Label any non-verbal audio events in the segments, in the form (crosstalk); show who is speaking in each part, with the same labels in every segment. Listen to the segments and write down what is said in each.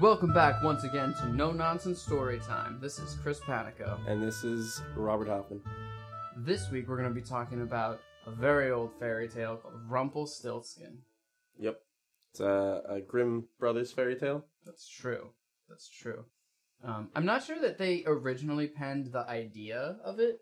Speaker 1: Welcome back once again to No Nonsense Story Time. This is Chris Panico.
Speaker 2: And this is Robert Hoffman.
Speaker 1: This week we're going to be talking about a very old fairy tale called Rumpelstiltskin.
Speaker 2: Yep. It's a, a Grimm Brothers fairy tale.
Speaker 1: That's true. That's true. Um, I'm not sure that they originally penned the idea of it.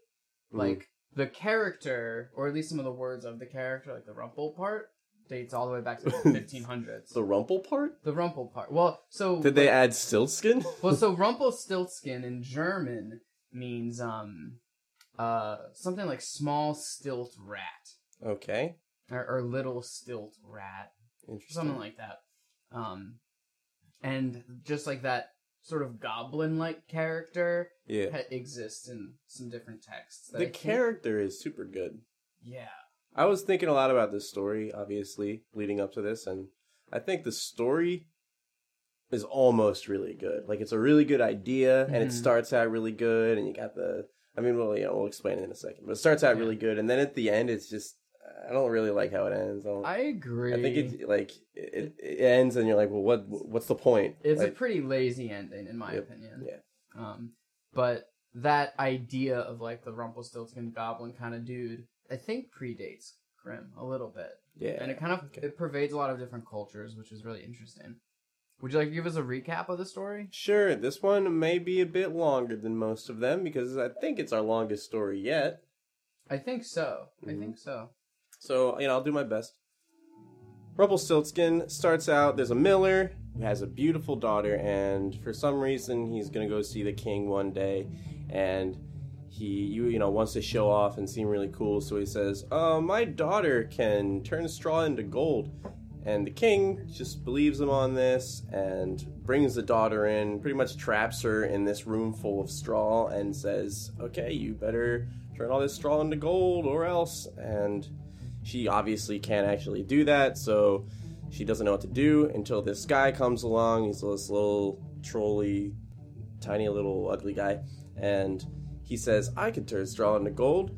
Speaker 2: Mm.
Speaker 1: Like the character, or at least some of the words of the character, like the rumple part, dates all the way back to the 1500s.
Speaker 2: The rumple part?
Speaker 1: the rumple part. Well, so
Speaker 2: Did they
Speaker 1: (laughs)
Speaker 2: add Stiltskin?
Speaker 1: well, so Rumpelstiltskin in German means um uh something like small stilt rat
Speaker 2: okay.
Speaker 1: or, or little stilt rat,
Speaker 2: Interesting.
Speaker 1: something like that. Um, and just like that sort of goblin-like character
Speaker 2: yeah.
Speaker 1: ha- exists in some different texts. that I
Speaker 2: The
Speaker 1: think-
Speaker 2: character is super good.
Speaker 1: yeah,
Speaker 2: I was thinking a lot about this story, obviously, leading up to this, and I think the story is almost really good. Like it's a really good idea, and
Speaker 1: Mhm.
Speaker 2: it starts out really good, and you got the. I mean, well, yeah, we'll explain it in a second, but it starts out
Speaker 1: Yeah.
Speaker 2: really good, and then at the end, it's just I don't really like how it ends. I, don't,
Speaker 1: I agree.
Speaker 2: I think it like it, it ends, and you're like, well, what? What's the point?
Speaker 1: it's
Speaker 2: Like,
Speaker 1: a pretty lazy ending, in my
Speaker 2: Yep,
Speaker 1: opinion.
Speaker 2: yeah.
Speaker 1: Um, but that idea of like the Rumpelstiltskin goblin kind of dude, I think predates Grimm a little bit,
Speaker 2: yeah.
Speaker 1: and it kind of
Speaker 2: okay.
Speaker 1: it pervades a lot of different cultures, which is really interesting. Would you like to give us a recap of the story?
Speaker 2: Sure, this one may be a bit longer than most of them because I think it's our longest story yet.
Speaker 1: I think so. I
Speaker 2: Mhm.
Speaker 1: think so.
Speaker 2: So, you know, I'll do my best. Rumpelstiltskin starts out, there's a miller who has a beautiful daughter, and for some reason he's gonna go see the king one day, and he, you, you know, wants to show off and seem really cool, so he says, uh, my daughter can turn straw into gold. And the king just believes him on this and brings the daughter in, pretty much traps her in this room full of straw and says, okay, you better turn all this straw into gold or else. And she obviously can't actually do that, so she doesn't know what to do until this guy comes along. He's this little trolley, tiny little ugly guy, and he says, I could turn straw into gold,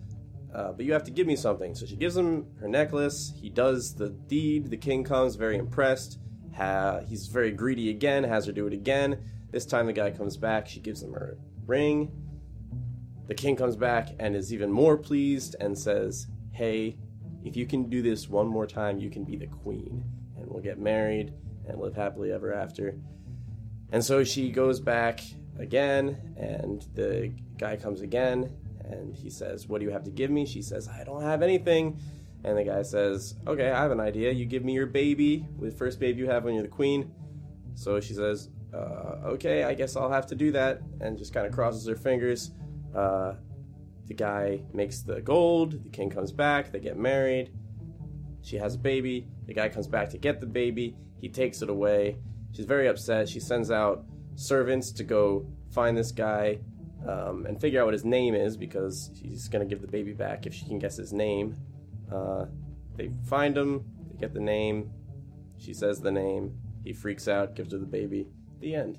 Speaker 2: uh, but you have to give me something. So she gives him her necklace. He does the deed. The king comes, very impressed. Ha- he's very greedy again, has her do it again. This time the guy comes back, she gives him her ring. The king comes back and is even more pleased and says, Hey, if you can do this one more time, you can be the queen, and we'll get married and live happily ever after. And so she goes back again, and the guy comes again, and he says, What do you have to give me? She says, I don't have anything. And the guy says, Okay, I have an idea. You give me your baby, the first baby you have when you're the queen. So she says, uh, Okay, I guess I'll have to do that, and just kind of crosses her fingers. Uh, the guy makes the gold. The king comes back. They get married. She has a baby. The guy comes back to get the baby. He takes it away. She's very upset. She sends out servants to go find this guy um, and figure out what his name is because she's going to give the baby back if she can guess his name. Uh, they find him. They get the name. She says the name. He freaks out, gives her the baby. The end.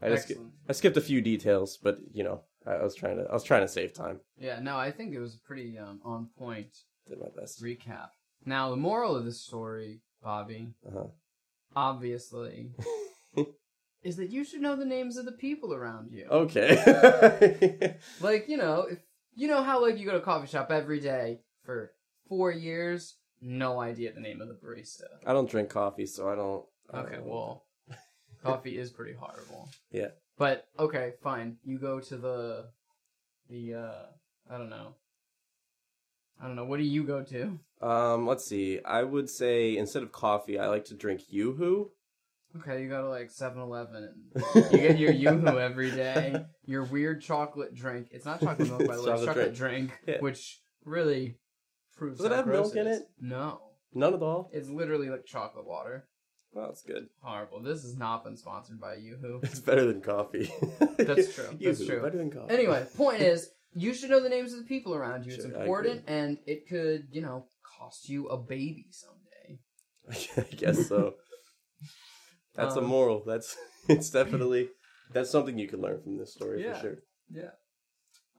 Speaker 2: I just,
Speaker 1: Excellent.
Speaker 2: I skipped a few details, but you know, I I was trying to I was trying to save time.
Speaker 1: Yeah. No, I think it was pretty um, on point
Speaker 2: Did my best.
Speaker 1: recap. Now, the moral of this story, Bobby,
Speaker 2: Uh-huh.
Speaker 1: obviously,
Speaker 2: (laughs)
Speaker 1: is that you should know the names of the people around you.
Speaker 2: Okay. (laughs)
Speaker 1: Like, you know, if you know how like you go to a coffee shop every day for four years, no idea the name of the barista.
Speaker 2: I don't drink coffee, so I don't. I don't
Speaker 1: Okay,
Speaker 2: know. (laughs)
Speaker 1: well, coffee is pretty horrible.
Speaker 2: Oh. Yeah.
Speaker 1: But okay, fine. You go to the the uh I don't know. I don't know. What do you go to?
Speaker 2: Um, let's see. I would say instead of coffee, I like to drink YooHoo.
Speaker 1: Okay, you go to like 7-Eleven You get your
Speaker 2: (laughs)
Speaker 1: Yoo-Hoo every day. Your weird chocolate drink. It's not chocolate milk, by the
Speaker 2: It's
Speaker 1: way. It's
Speaker 2: chocolate
Speaker 1: chocolate drink,
Speaker 2: Yeah.
Speaker 1: which really proves
Speaker 2: Does it
Speaker 1: how
Speaker 2: have
Speaker 1: gross
Speaker 2: milk in
Speaker 1: is.
Speaker 2: it?
Speaker 1: No.
Speaker 2: None at all.
Speaker 1: It's literally like chocolate water.
Speaker 2: Well, that's good. (laughs)
Speaker 1: Horrible. This has not been sponsored by Yoo-Hoo. (laughs)
Speaker 2: It's better than coffee.
Speaker 1: That's
Speaker 2: (laughs)
Speaker 1: true. That's
Speaker 2: Yoo-hoo,
Speaker 1: true.
Speaker 2: Better than coffee.
Speaker 1: Anyway, point is, you should know the names of the people around you. It's
Speaker 2: Sure, I
Speaker 1: important, and it could, you know, cost you a baby someday.
Speaker 2: (laughs) I guess so. That's
Speaker 1: Um,
Speaker 2: a moral. That's (laughs) it's definitely that's something you can learn from this story
Speaker 1: Yeah.
Speaker 2: for sure.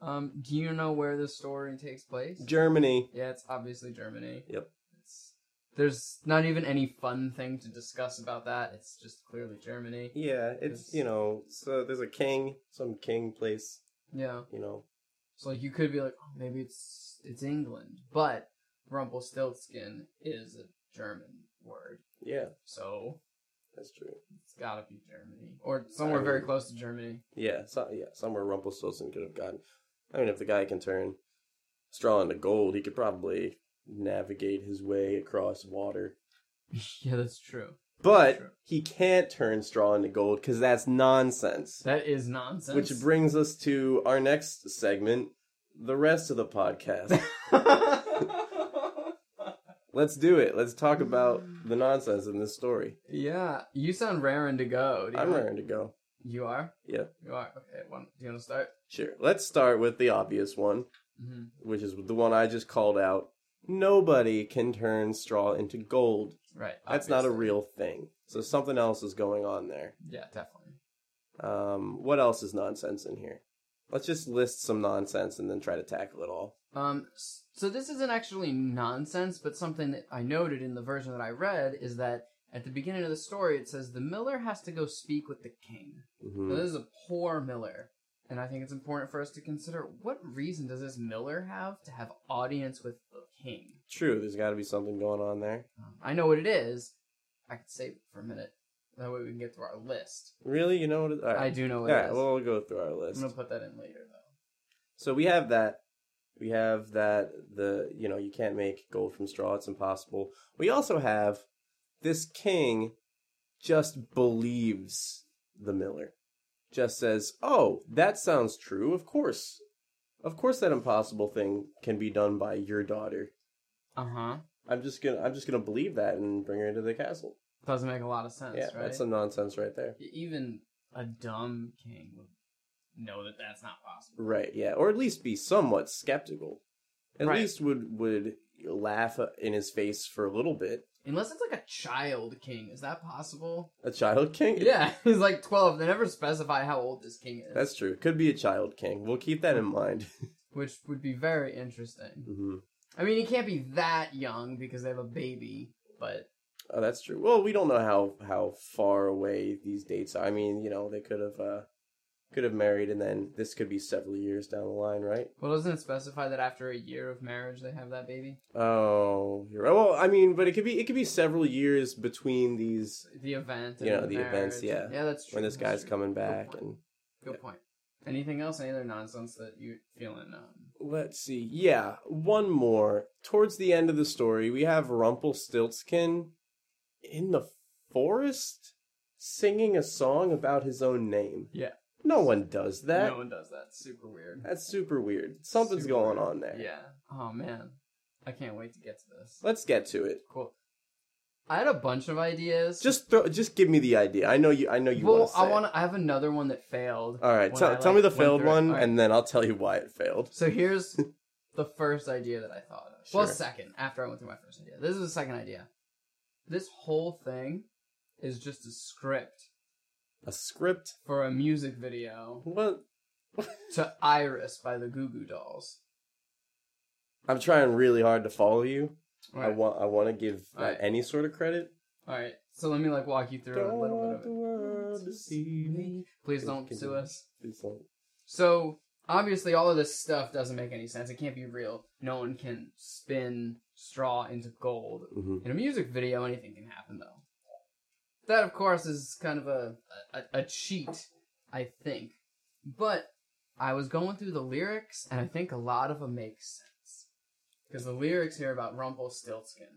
Speaker 1: Um, do you know where this story takes place?
Speaker 2: Germany.
Speaker 1: Yeah, it's obviously Germany.
Speaker 2: Yep.
Speaker 1: It's there's not even any fun thing to discuss about that. It's just clearly Germany.
Speaker 2: Yeah, it's you know, so there's a king, some king place,
Speaker 1: Yeah.
Speaker 2: you know.
Speaker 1: So like you could be like, oh, maybe it's it's England, but Rumpelstiltskin is a German word,
Speaker 2: Yeah,
Speaker 1: so
Speaker 2: that's true.
Speaker 1: it's gotta be Germany or somewhere
Speaker 2: I
Speaker 1: very
Speaker 2: mean-
Speaker 1: close to
Speaker 2: (laughs)
Speaker 1: Germany.
Speaker 2: Yeah, so, yeah, somewhere Rumpelstiltskin could have gotten. I mean, if the guy can turn straw into gold, he could probably navigate his way across water.
Speaker 1: yeah, that's true.
Speaker 2: But
Speaker 1: Sure.
Speaker 2: he can't turn straw into gold because that's nonsense.
Speaker 1: That is nonsense.
Speaker 2: Which brings us to our next segment, the rest of the podcast.
Speaker 1: (laughs)
Speaker 2: Let's do it. Let's talk about the nonsense in this story.
Speaker 1: (laughs) yeah, you sound raring to go. Do you
Speaker 2: I'm raring to go.
Speaker 1: You are.
Speaker 2: Yeah.
Speaker 1: You are. Okay. One. Do you want to start?
Speaker 2: Sure. Let's start with the obvious one,
Speaker 1: Mm-hmm.
Speaker 2: which is the one I just called out. Nobody can turn straw into gold.
Speaker 1: Right.
Speaker 2: That's not a
Speaker 1: obviously.
Speaker 2: real thing. So something else is going on there.
Speaker 1: Yeah, definitely.
Speaker 2: Um, what else is nonsense in here? Let's just list some nonsense and then try to tackle it all.
Speaker 1: Um, s- so this isn't actually nonsense, but something that I noted in the version that I read is that at the beginning of the story, it says the miller has to go speak with the king. Now,
Speaker 2: hmm
Speaker 1: this is a poor miller, and I think it's important for us to consider what reason does this miller have to have audience with the king?
Speaker 2: True, there's got to be something going on there.
Speaker 1: Um, I know what it is. I could save it for a minute. That way we can get through our list.
Speaker 2: Really? You know what? It, all right.
Speaker 1: I do know
Speaker 2: All
Speaker 1: what it
Speaker 2: right,
Speaker 1: is.
Speaker 2: well, we'll go through our
Speaker 1: I'm
Speaker 2: list.
Speaker 1: gonna put that in later though.
Speaker 2: So we have that. We have that the you know you can't make gold from straw; it's impossible. We also have this king just believes the miller, just says, "Oh, that sounds true. Of course, of course, that impossible thing can be done by your daughter.
Speaker 1: Uh huh.
Speaker 2: I'm just gonna I'm just gonna believe that and bring her into the castle.
Speaker 1: Doesn't make a lot of sense,
Speaker 2: yeah,
Speaker 1: right? E-,
Speaker 2: that's some nonsense right there.
Speaker 1: even a dumb king would know that that's not possible.
Speaker 2: Right, yeah, or at least be somewhat skeptical. At
Speaker 1: Right.
Speaker 2: least would would laugh in his face for a little bit.
Speaker 1: Unless it's like a child king. Is that possible?
Speaker 2: A child king?
Speaker 1: Yeah, (laughs) he's like 12. They never specify how old this king is.
Speaker 2: That's true. Could be a child king. We'll keep that in mind. (laughs)
Speaker 1: Which would be very interesting.
Speaker 2: hmm
Speaker 1: I mean, he can't be that young because they have a baby, but
Speaker 2: Oh, that's true. Well, we don't know how how far away these dates are. I mean, you know, they could have uh could have married and then this could be several years down the line, right?
Speaker 1: well, doesn't it specify that after a year of marriage they have that baby?
Speaker 2: Oh, you're right. Well, I mean, but it could be it could be several years between these
Speaker 1: The event. And
Speaker 2: You know,
Speaker 1: the,
Speaker 2: the events,
Speaker 1: marriage.
Speaker 2: yeah.
Speaker 1: Yeah, that's true.
Speaker 2: when this
Speaker 1: that's
Speaker 2: guy's
Speaker 1: true.
Speaker 2: coming back and
Speaker 1: Good point. Anything else? Any other nonsense that you're feeling? Um,
Speaker 2: let's see. Yeah, one more. Towards the end of the story, we have Rumpelstiltskin in the forest singing a song about his own name.
Speaker 1: Yeah.
Speaker 2: No one does that.
Speaker 1: no one does that. Super weird.
Speaker 2: That's super weird. Something's
Speaker 1: Super
Speaker 2: going
Speaker 1: weird.
Speaker 2: on there.
Speaker 1: Yeah. Oh man, I can't wait to get to this.
Speaker 2: Let's get to it.
Speaker 1: Cool. I had a bunch of ideas.
Speaker 2: Just throw just give me the idea. I know you I know you
Speaker 1: well,
Speaker 2: want to say.
Speaker 1: I want. I have another one that failed.
Speaker 2: All right,
Speaker 1: when
Speaker 2: tell
Speaker 1: I,
Speaker 2: tell
Speaker 1: like,
Speaker 2: me the
Speaker 1: went
Speaker 2: failed
Speaker 1: through it.
Speaker 2: one
Speaker 1: All right.
Speaker 2: and then I'll tell you why it failed.
Speaker 1: So here's the first idea that I thought of. Well,
Speaker 2: Sure.
Speaker 1: second after I went through my first idea. This is the second idea. This whole thing is just a script
Speaker 2: A script?
Speaker 1: for a music video
Speaker 2: What?
Speaker 1: to Iris by the Goo Goo Dolls.
Speaker 2: I'm trying really hard to follow you.
Speaker 1: All
Speaker 2: I
Speaker 1: right.
Speaker 2: want I want to give uh,
Speaker 1: All right.
Speaker 2: any sort of credit.
Speaker 1: All right. So let me like walk you through a little bit of it.
Speaker 2: world
Speaker 1: Please don't sue us.
Speaker 2: Please don't.
Speaker 1: So obviously, all of this stuff doesn't make any sense. It can't be real. No one can spin straw into gold (laughs)
Speaker 2: hmm
Speaker 1: in a music video. Anything can happen, though. That, of course, is kind of a a, a cheat, I think. But I was going through the lyrics, and I think a lot of them make sense because the lyrics here about Rumpelstiltskin,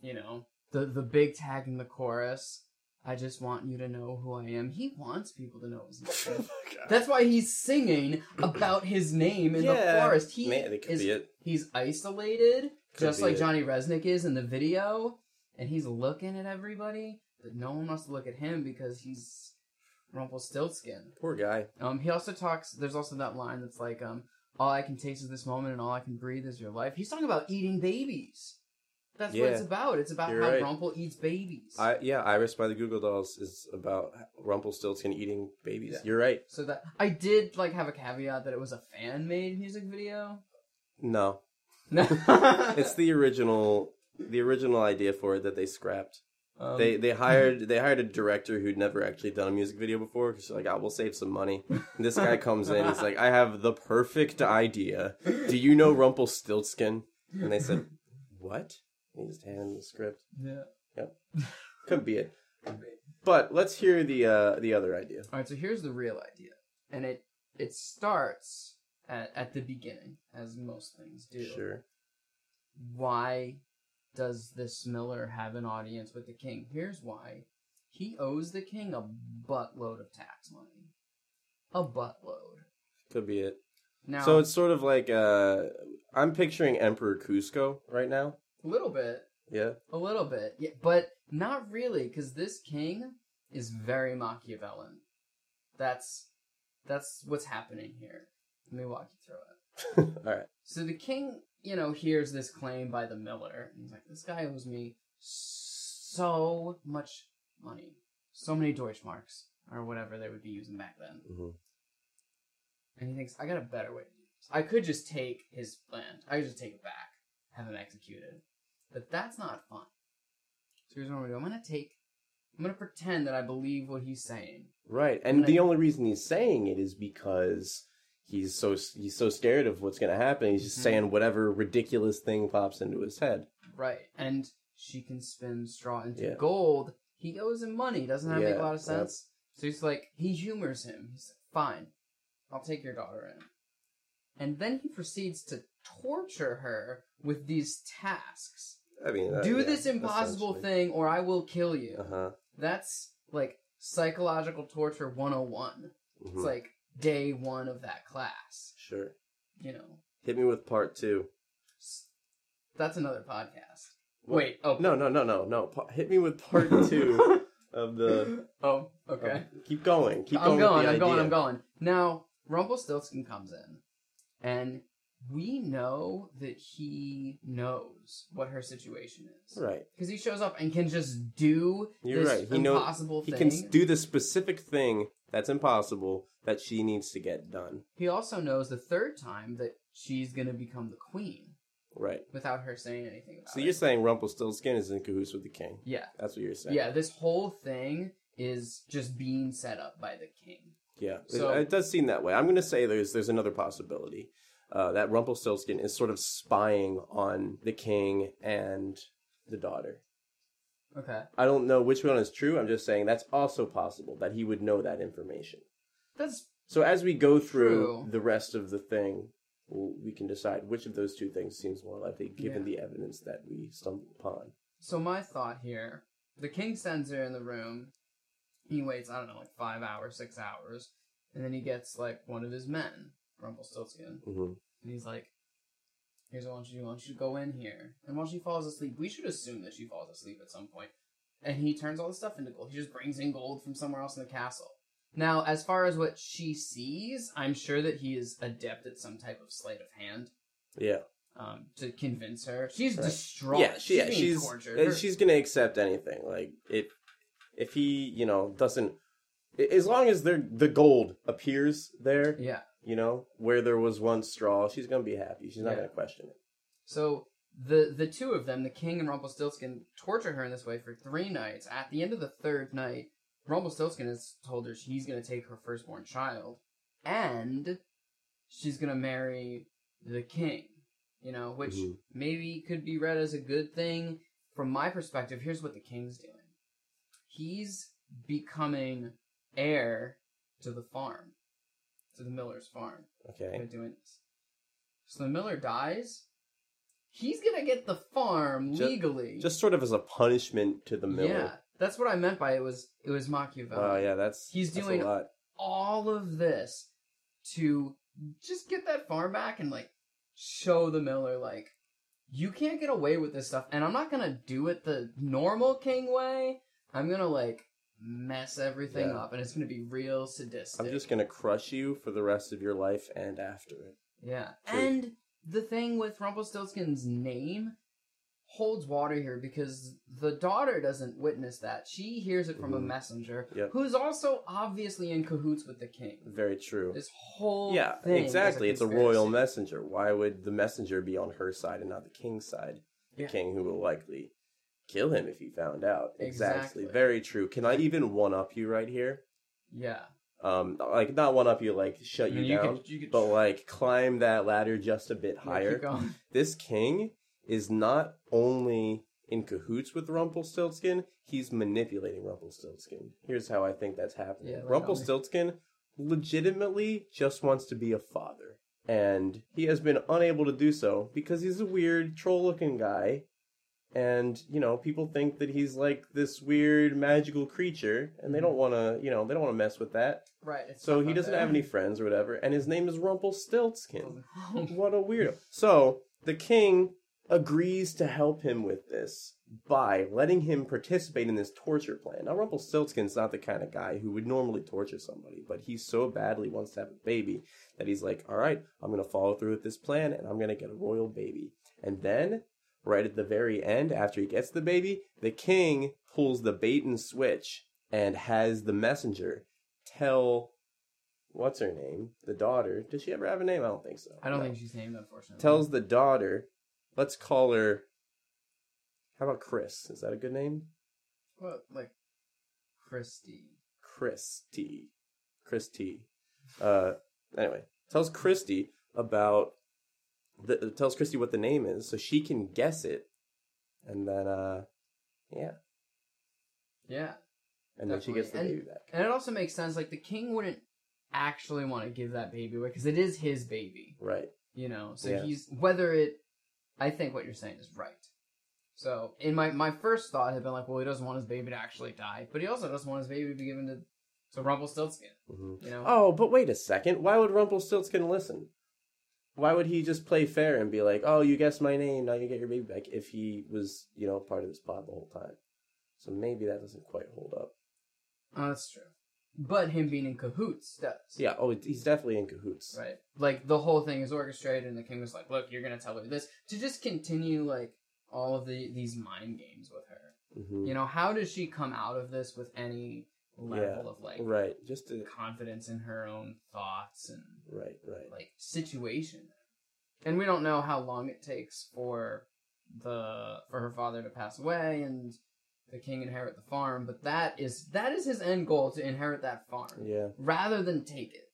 Speaker 1: you know, the the big tag in the chorus. I just want you to know who I am. He wants people to know his name.
Speaker 2: (laughs)
Speaker 1: That's why he's singing about his name in the
Speaker 2: Yeah.
Speaker 1: forest. He
Speaker 2: Man, that could
Speaker 1: is,
Speaker 2: be it.
Speaker 1: He's isolated,
Speaker 2: Could
Speaker 1: just
Speaker 2: be
Speaker 1: like
Speaker 2: it.
Speaker 1: Johnny Resnick is in the video, and he's looking at everybody, but no one wants to look at him because he's Rumpelstiltskin.
Speaker 2: Poor guy.
Speaker 1: Um, he also talks. There's also that line that's like, um, "All I can taste is this moment, and all I can breathe is your life." He's talking about eating babies. That's what
Speaker 2: Yeah.
Speaker 1: it's about. It's about
Speaker 2: You're
Speaker 1: how
Speaker 2: right.
Speaker 1: Rumpel eats babies.
Speaker 2: I yeah, Iris by the Google Dolls is about Rumpelstiltskin eating babies.
Speaker 1: Yeah.
Speaker 2: You're right.
Speaker 1: so that I did like have a caveat that it was a
Speaker 2: (laughs)
Speaker 1: fan made music video.
Speaker 2: No,
Speaker 1: No,
Speaker 2: it's the original the original idea for it that they scrapped.
Speaker 1: (laughs) Um,
Speaker 2: they they hired they hired a director who'd never actually done a music video before because like I will save some money. And this guy comes in, he's like, I have the perfect idea. Do you know Rumpelstiltskin? And they said, What? And he just handed him the script.
Speaker 1: yeah.
Speaker 2: Could be it. But let's hear the uh, the other idea.
Speaker 1: All right, so here's the real idea, and it it starts at, at the beginning, as most things do.
Speaker 2: Sure.
Speaker 1: Why does this Miller have an audience with the king? Here's why: he owes the king a buttload of tax money, a buttload.
Speaker 2: Could be it.
Speaker 1: Now,
Speaker 2: So it's sort of like uh, I'm picturing Emperor Cusco right now.
Speaker 1: a little bit,
Speaker 2: Yeah.
Speaker 1: a little bit, yeah, but not really, because this king is very Machiavellian. That's that's what's happening here. Let me walk you through it.
Speaker 2: All right.
Speaker 1: So the king, you know, hears this claim by the miller, and he's like, "This guy owes me so much money, so many Deutschmarks, or whatever they would be using back then."
Speaker 2: hmm
Speaker 1: And he thinks, "I got a better way to do this. I could just take his land. I could just take it back, have him executed." But that's not fun. So here's what I'm gonna do. I'm gonna take. I'm gonna pretend that I believe what he's saying.
Speaker 2: Right, and
Speaker 1: Like-
Speaker 2: the only reason he's saying it is because he's so he's so scared of what's going to happen. He's just
Speaker 1: Mhm.
Speaker 2: saying whatever ridiculous thing pops into his head.
Speaker 1: Right. And she can spin straw into
Speaker 2: Yeah.
Speaker 1: gold. He owes him money. Doesn't that make
Speaker 2: Yeah,
Speaker 1: a lot of
Speaker 2: yeah.
Speaker 1: sense? So he's like, he humors him. He's like, fine, I'll take your daughter in. And then he proceeds to torture her with these tasks.
Speaker 2: I mean, uh,
Speaker 1: Do
Speaker 2: yeah,
Speaker 1: this impossible
Speaker 2: essentially.
Speaker 1: thing or I will kill you.
Speaker 2: Uh-huh.
Speaker 1: That's like psychological torture 101.
Speaker 2: Mhm.
Speaker 1: It's like day one of that class,
Speaker 2: sure.
Speaker 1: you know.
Speaker 2: Hit me with part two.
Speaker 1: S- That's another podcast.
Speaker 2: What?
Speaker 1: Wait, oh.
Speaker 2: No, no, no, no, no. Pa- hit me
Speaker 1: (laughs)
Speaker 2: with part (laughs) two of the.
Speaker 1: Oh, okay.
Speaker 2: of- keep going. Um, Keep
Speaker 1: I'm
Speaker 2: going.
Speaker 1: going,
Speaker 2: with the
Speaker 1: I'm going,
Speaker 2: idea.
Speaker 1: I'm going. Now, Rumpelstiltskin comes in, and we know that he knows what her situation is.
Speaker 2: Right.
Speaker 1: Because he shows up and can just do
Speaker 2: You're
Speaker 1: this
Speaker 2: right. He knows-
Speaker 1: impossible
Speaker 2: He
Speaker 1: thing.
Speaker 2: can do the specific thing that's impossible that she needs to get done.
Speaker 1: he also knows the third time that she's going to become the queen
Speaker 2: Right.
Speaker 1: without her saying anything about
Speaker 2: So
Speaker 1: it.
Speaker 2: you're saying Rumpelstiltskin is in cahoots with the king.
Speaker 1: yeah.
Speaker 2: That's what you're saying.
Speaker 1: Yeah, this whole thing is just being set up by the king.
Speaker 2: Yeah, it-
Speaker 1: So-
Speaker 2: it does seem that way. I'm going to say there's there's another possibility uh, that Rumpelstiltskin is sort of spying on the king and the daughter.
Speaker 1: Okay.
Speaker 2: I don't know which one is true. I'm just saying that's also possible that he would know that information.
Speaker 1: That's
Speaker 2: So as we go through
Speaker 1: True.
Speaker 2: the rest of the thing, we'll, we can decide which of those two things seems more likely, given the evidence that we stumble upon.
Speaker 1: So my thought here, the king sends her in the room. He waits, I don't know, like five hours, six hours, and then he gets like one of his men, Rumpelstiltskin,
Speaker 2: hmm
Speaker 1: and he's like, "Here's what I want you to do. I want you to go in here, and while she falls asleep, we should assume that she falls asleep at some point." And he turns all the stuff into gold. He just brings in gold from somewhere else in the castle. Now, as far as what she sees, I'm sure that he is adept at some type of sleight of hand
Speaker 2: Yeah,
Speaker 1: um, to convince her. She's
Speaker 2: Right.
Speaker 1: distraught.
Speaker 2: yeah, she,
Speaker 1: she's
Speaker 2: yeah,
Speaker 1: being
Speaker 2: she's
Speaker 1: tortured.
Speaker 2: uh,
Speaker 1: Her-
Speaker 2: she's gonna accept anything. Like if if he you know doesn't, i- as long as there the gold appears there,
Speaker 1: yeah.
Speaker 2: you know where there was once straw, she's gonna be happy. She's not
Speaker 1: Yeah.
Speaker 2: gonna question it.
Speaker 1: So the the two of them, the king and Rumpelstiltskin, torture her in this way for three nights. At the end of the third night, Rumpelstiltskin has told her he's going to take her firstborn child, and she's going to marry the king. You know, which
Speaker 2: Mhm.
Speaker 1: maybe could be read as a good thing. From my perspective, here's what the king's doing: he's becoming heir to the farm, to the miller's farm by
Speaker 2: Okay,
Speaker 1: doing this. So the Miller dies. He's gonna get the farm
Speaker 2: Ju-
Speaker 1: legally.
Speaker 2: just sort of as a punishment to the
Speaker 1: Yeah,
Speaker 2: miller.
Speaker 1: that's what I meant by it was it was
Speaker 2: Yeah.
Speaker 1: Machiavelli.
Speaker 2: Wow, yeah, that's
Speaker 1: He's
Speaker 2: that's
Speaker 1: doing-
Speaker 2: a lot.
Speaker 1: All of this to just get that farm back and like show the Miller like you can't get away with this stuff. And I'm not gonna do it the normal king way. I'm gonna like mess everything
Speaker 2: Yeah.
Speaker 1: up, and it's gonna be real sadistic.
Speaker 2: I'm just gonna crush you for the rest of your life and after it.
Speaker 1: Yeah.
Speaker 2: True.
Speaker 1: And the thing with Rumpelstiltskin's name holds water here because the daughter doesn't witness that. She hears it from a
Speaker 2: Mhm.
Speaker 1: messenger
Speaker 2: Yep.
Speaker 1: who's also obviously in cahoots with the king.
Speaker 2: Very true.
Speaker 1: This whole
Speaker 2: yeah,
Speaker 1: thing is
Speaker 2: exactly. it's a
Speaker 1: conspiracy.
Speaker 2: royal messenger. Why would the messenger be on her side and not the king's side? the
Speaker 1: Yeah.
Speaker 2: king who will likely kill him if he found out. Exactly.
Speaker 1: Exactly.
Speaker 2: Very true. Can I even one up you right here?
Speaker 1: Yeah.
Speaker 2: Um, like not one up you, like shut
Speaker 1: I mean,
Speaker 2: you down,
Speaker 1: could- you could
Speaker 2: but like climb that ladder just a
Speaker 1: (laughs)
Speaker 2: bit
Speaker 1: yeah,
Speaker 2: higher.
Speaker 1: keep going. (laughs)
Speaker 2: this king is not only in cahoots with Rumpelstiltskin, he's manipulating Rumpelstiltskin. Here's how I think that's happening.
Speaker 1: Yeah, like,
Speaker 2: Rumpelstiltskin legitimately just wants to be a father. And he has been unable to do so because he's a weird troll looking guy. And, you know, people think that he's like this weird magical creature and
Speaker 1: Mm-hmm.
Speaker 2: they don't wanna you know, they don't wanna mess with that.
Speaker 1: Right. it's
Speaker 2: (laughs) So
Speaker 1: tough
Speaker 2: he
Speaker 1: out
Speaker 2: doesn't
Speaker 1: there. (laughs)
Speaker 2: have any friends or whatever, and his name is Rumpelstiltskin.
Speaker 1: Oh, Doesn't-
Speaker 2: (laughs) What a weirdo. So the king agrees to help him with this by letting him participate in this torture plan. Now Rumpelstiltskin's not the kind of guy who would normally torture somebody, but he so badly wants to have a baby that he's like, "All right, I'm going to follow through with this plan and I'm going to get a royal baby." And then right at the very end after he gets the baby, the king pulls the bait and switch and has the messenger tell what's her name, the daughter. Does she ever have a name? I don't think so.
Speaker 1: I don't
Speaker 2: No
Speaker 1: think she's named, unfortunately.
Speaker 2: tells the daughter, let's call her. How about Chris? Is that a good name?
Speaker 1: Well, like Christy.
Speaker 2: Christy. Christy. Uh, anyway, tells Christy about the tells Christy what the name is, so she can guess it, and then uh, yeah,
Speaker 1: Yeah.
Speaker 2: and then she
Speaker 1: Definitely.
Speaker 2: gets the
Speaker 1: And-
Speaker 2: baby back.
Speaker 1: And it also makes sense. Like the king wouldn't actually want to give that baby away because it is his baby,
Speaker 2: Right.
Speaker 1: you know. So
Speaker 2: Yeah.
Speaker 1: he's whether it. I think what you're saying is right. So in my my first thought had been like, well, he doesn't want his baby to actually die, but he also doesn't want his baby to be given to to Rumpelstiltskin,
Speaker 2: hmm
Speaker 1: you know.
Speaker 2: Oh, but wait a second. Why would Rumpelstiltskin listen? Why would he just play fair and be like, "Oh, you guessed my name. Now you get your baby back." If he was, you know, part of this plot the whole time, so maybe that doesn't quite hold up.
Speaker 1: Oh, that's true. But him being in cahoots does.
Speaker 2: Yeah. Oh, he's definitely in cahoots.
Speaker 1: Right. Like the whole thing is orchestrated, and the king was like, "Look, you're gonna tell her this to just continue like all of the these mind games with her."
Speaker 2: hmm
Speaker 1: You know, how does she come out of this with any level of like
Speaker 2: Right. Just to,
Speaker 1: confidence in her own thoughts and
Speaker 2: right. Right.
Speaker 1: like situation? And we don't know how long it takes for the for her father to pass away and the king inherit the farm, but that is that is his end goal to inherit that farm
Speaker 2: Yeah.
Speaker 1: rather than take it.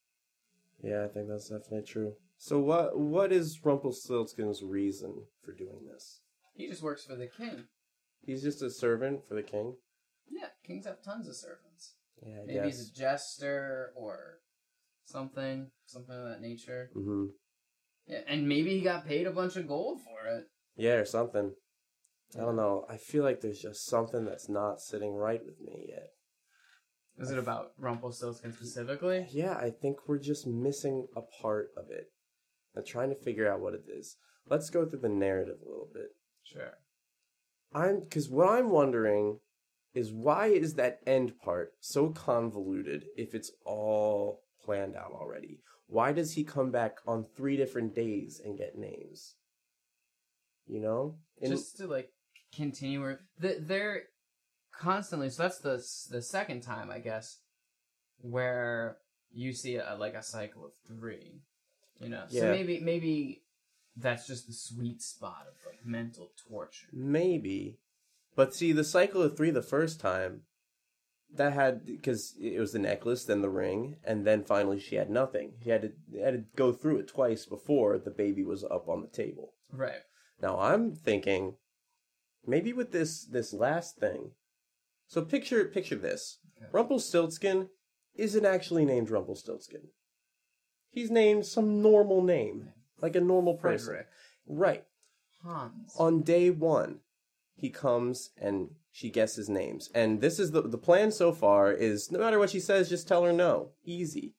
Speaker 2: Yeah. I think that's definitely true. So what? What is Rumpelstiltskin's reason for doing this?
Speaker 1: He just works for the king.
Speaker 2: He's just a servant for the king.
Speaker 1: Yeah, kings have tons of servants.
Speaker 2: Yeah. I
Speaker 1: Maybe
Speaker 2: guess.
Speaker 1: he's a jester or something, something of that nature.
Speaker 2: hmm
Speaker 1: Yeah, and maybe he got paid a bunch of gold for it.
Speaker 2: Yeah, or something. I don't know. I feel like there's just something that's not sitting right with me yet.
Speaker 1: Is it about Rumpelstiltskin specifically?
Speaker 2: Yeah, I think we're just missing a part of it. I'm trying to figure out what it is. Let's go through the narrative a little bit.
Speaker 1: Sure.
Speaker 2: I'm because what I'm wondering is why is that end part so convoluted if it's all planned out already? Why does he come back on three different days and get names? You know, In-
Speaker 1: Just to like continue, where- th- they're constantly. So that's the s- the second time, I guess, where you see a, like a cycle of three. You know, so
Speaker 2: Yeah.
Speaker 1: maybe maybe that's just the sweet spot of like mental torture.
Speaker 2: Maybe. But see, the cycle of three the first time, that had, because it was the necklace, then the ring, and then finally she had nothing. She had to, had to go through it twice before the baby was up on the table.
Speaker 1: Right.
Speaker 2: Now I'm thinking, maybe with this, this last thing. So picture, picture this.
Speaker 1: Okay.
Speaker 2: Rumpelstiltskin isn't actually named Rumpelstiltskin. He's named some normal name, like a normal person.
Speaker 1: Frederick
Speaker 2: Right.
Speaker 1: Hans.
Speaker 2: On day one, he comes and she guesses names. And this is the the plan so far is no matter what she says, just tell her no. Easy.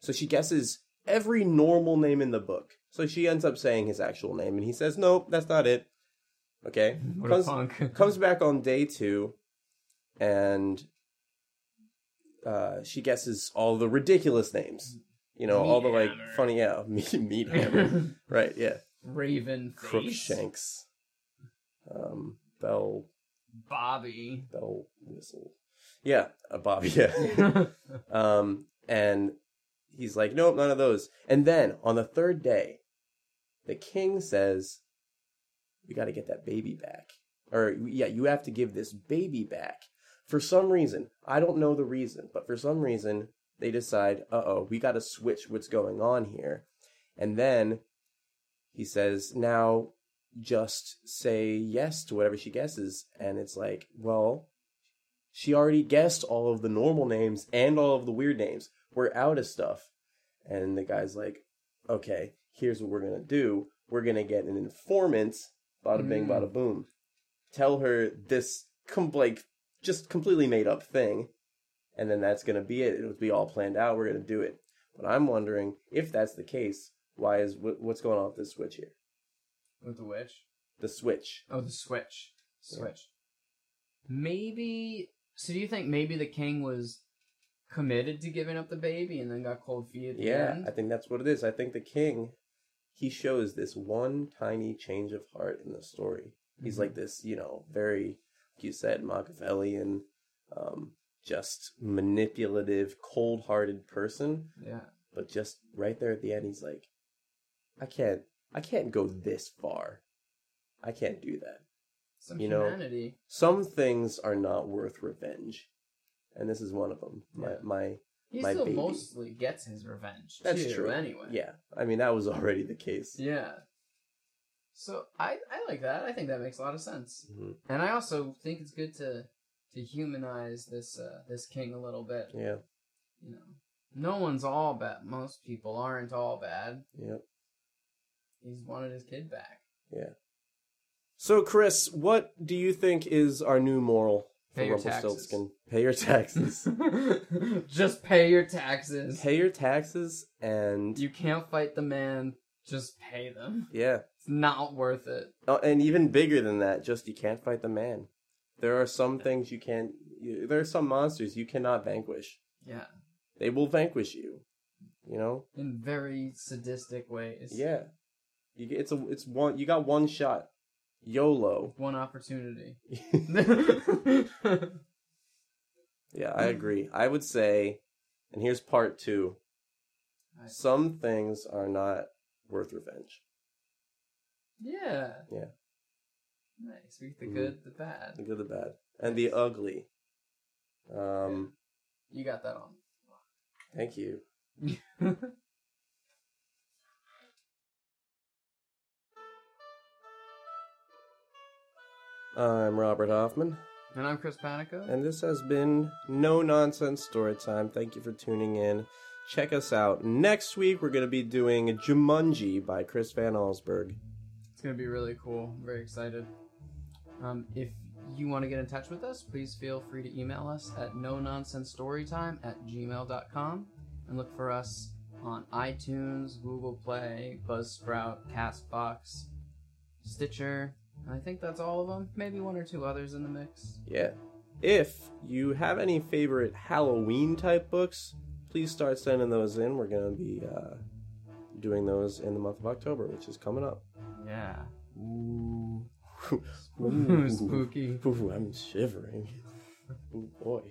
Speaker 2: So she guesses every normal name in the book. So she ends up saying his actual name, and he says, Nope, that's not it. Okay.
Speaker 1: What a
Speaker 2: Comes,
Speaker 1: (laughs) punk.
Speaker 2: comes back on day two, and uh, she guesses all the ridiculous names. You know, all the like
Speaker 1: Meathammer.
Speaker 2: funny, yeah, (laughs) meat,
Speaker 1: (laughs)
Speaker 2: meat hammer. right, yeah.
Speaker 1: Raven face.
Speaker 2: Crookshanks. Um, Bell,
Speaker 1: (laughs) Bobby.
Speaker 2: Bell Whistle. Yeah, uh, Bobby, (laughs) yeah. um, and he's like, nope, none of those. And then on the third day, the king says, we got to get that baby back. Or, yeah, you have to give this baby back. For some reason, I don't know the reason, but for some reason, they decide, uh oh, we got to switch what's going on here. And then he says, now just say yes to whatever she guesses. And it's like, well, she already guessed all of the normal names and all of the weird names. We're out of stuff. And the guy's like, okay, here's what we're going to do. We're going to get an informant, bada bing,
Speaker 1: Mm.
Speaker 2: bada boom. Tell her this, com- like, just completely made up thing. And then that's going to be it. It'll be all planned out. We're going to do it. But I'm wondering if that's the case, why is wh- what's going on with this switch here?
Speaker 1: With the witch.
Speaker 2: The switch.
Speaker 1: Oh, the switch.
Speaker 2: Yeah.
Speaker 1: Switch. Maybe. So do you think maybe the king was committed to giving up the baby and then got cold feet at the
Speaker 2: Yeah,
Speaker 1: end?
Speaker 2: I think that's what it is. I think the king, he shows this one tiny change of heart in the story. He's
Speaker 1: Mhm.
Speaker 2: like this, you know, very, like you said, Machiavellian, um, just manipulative, cold hearted person.
Speaker 1: Yeah.
Speaker 2: But just right there at the end, he's like, I can't, I can't go this far. I can't do that.
Speaker 1: Some
Speaker 2: You know,
Speaker 1: humanity.
Speaker 2: Some things are not worth revenge. And this is one of them.
Speaker 1: Yeah.
Speaker 2: My, my
Speaker 1: He
Speaker 2: my
Speaker 1: still
Speaker 2: baby.
Speaker 1: mostly gets his revenge.
Speaker 2: That's
Speaker 1: too,
Speaker 2: true.
Speaker 1: Anyway.
Speaker 2: Yeah, I mean that was already the case.
Speaker 1: Yeah. So I I like that. I think that makes a lot of sense.
Speaker 2: Mhm.
Speaker 1: And I also think it's good to to humanize this uh, this king a little bit.
Speaker 2: Yeah,
Speaker 1: You know, no one's all bad. Most people aren't all bad.
Speaker 2: yeah,
Speaker 1: He's wanted his kid back.
Speaker 2: yeah. So, Chris, what do you think is our new moral
Speaker 1: Pay your
Speaker 2: Rumpelstiltskin? Pay your taxes.
Speaker 1: (laughs) just pay your taxes.
Speaker 2: Pay your taxes, and
Speaker 1: You can't fight the man. Just pay them.
Speaker 2: yeah,
Speaker 1: It's not worth it.
Speaker 2: Oh, and even bigger than that, just you can't fight the man. There are some things you can't. You, there are some monsters you cannot vanquish.
Speaker 1: Yeah,
Speaker 2: They will vanquish you. You know.
Speaker 1: in very sadistic ways.
Speaker 2: Yeah. You, get- it's a. It's one. You got one shot. YOLO. (laughs)
Speaker 1: one opportunity.
Speaker 2: Yeah, I agree. I would say, and here's part two.
Speaker 1: Alright.
Speaker 2: Some things are not worth revenge.
Speaker 1: yeah.
Speaker 2: Yeah.
Speaker 1: Nice. We get the
Speaker 2: Mhm.
Speaker 1: good, the bad.
Speaker 2: The good, the bad, and the ugly. Um,
Speaker 1: You got that on. (laughs)
Speaker 2: thank you. I'm Robert Hoffman,
Speaker 1: And I'm Chris Panico.
Speaker 2: and this has been No Nonsense Storytime. Thank you for tuning in. Check us out. Next week, we're going to be doing Jumanji by Chris Van Allsburg.
Speaker 1: It's gonna be really cool. I'm very excited. Um, if you want to get in touch with us, please feel free to email us at no nonsense storytime at gmail.com and look for us on iTunes, Google Play, Buzzsprout, Castbox, Stitcher. And I think that's all of them. Maybe one or two others in the mix.
Speaker 2: Yeah. If you have any favorite Halloween type books, please start sending those in. We're going to be uh, doing those in the month of October, which is coming up. (laughs)
Speaker 1: Yeah. (laughs)
Speaker 2: Ooh.
Speaker 1: Ooh, spooky.
Speaker 2: Ooh, I'm shivering. Oh boy.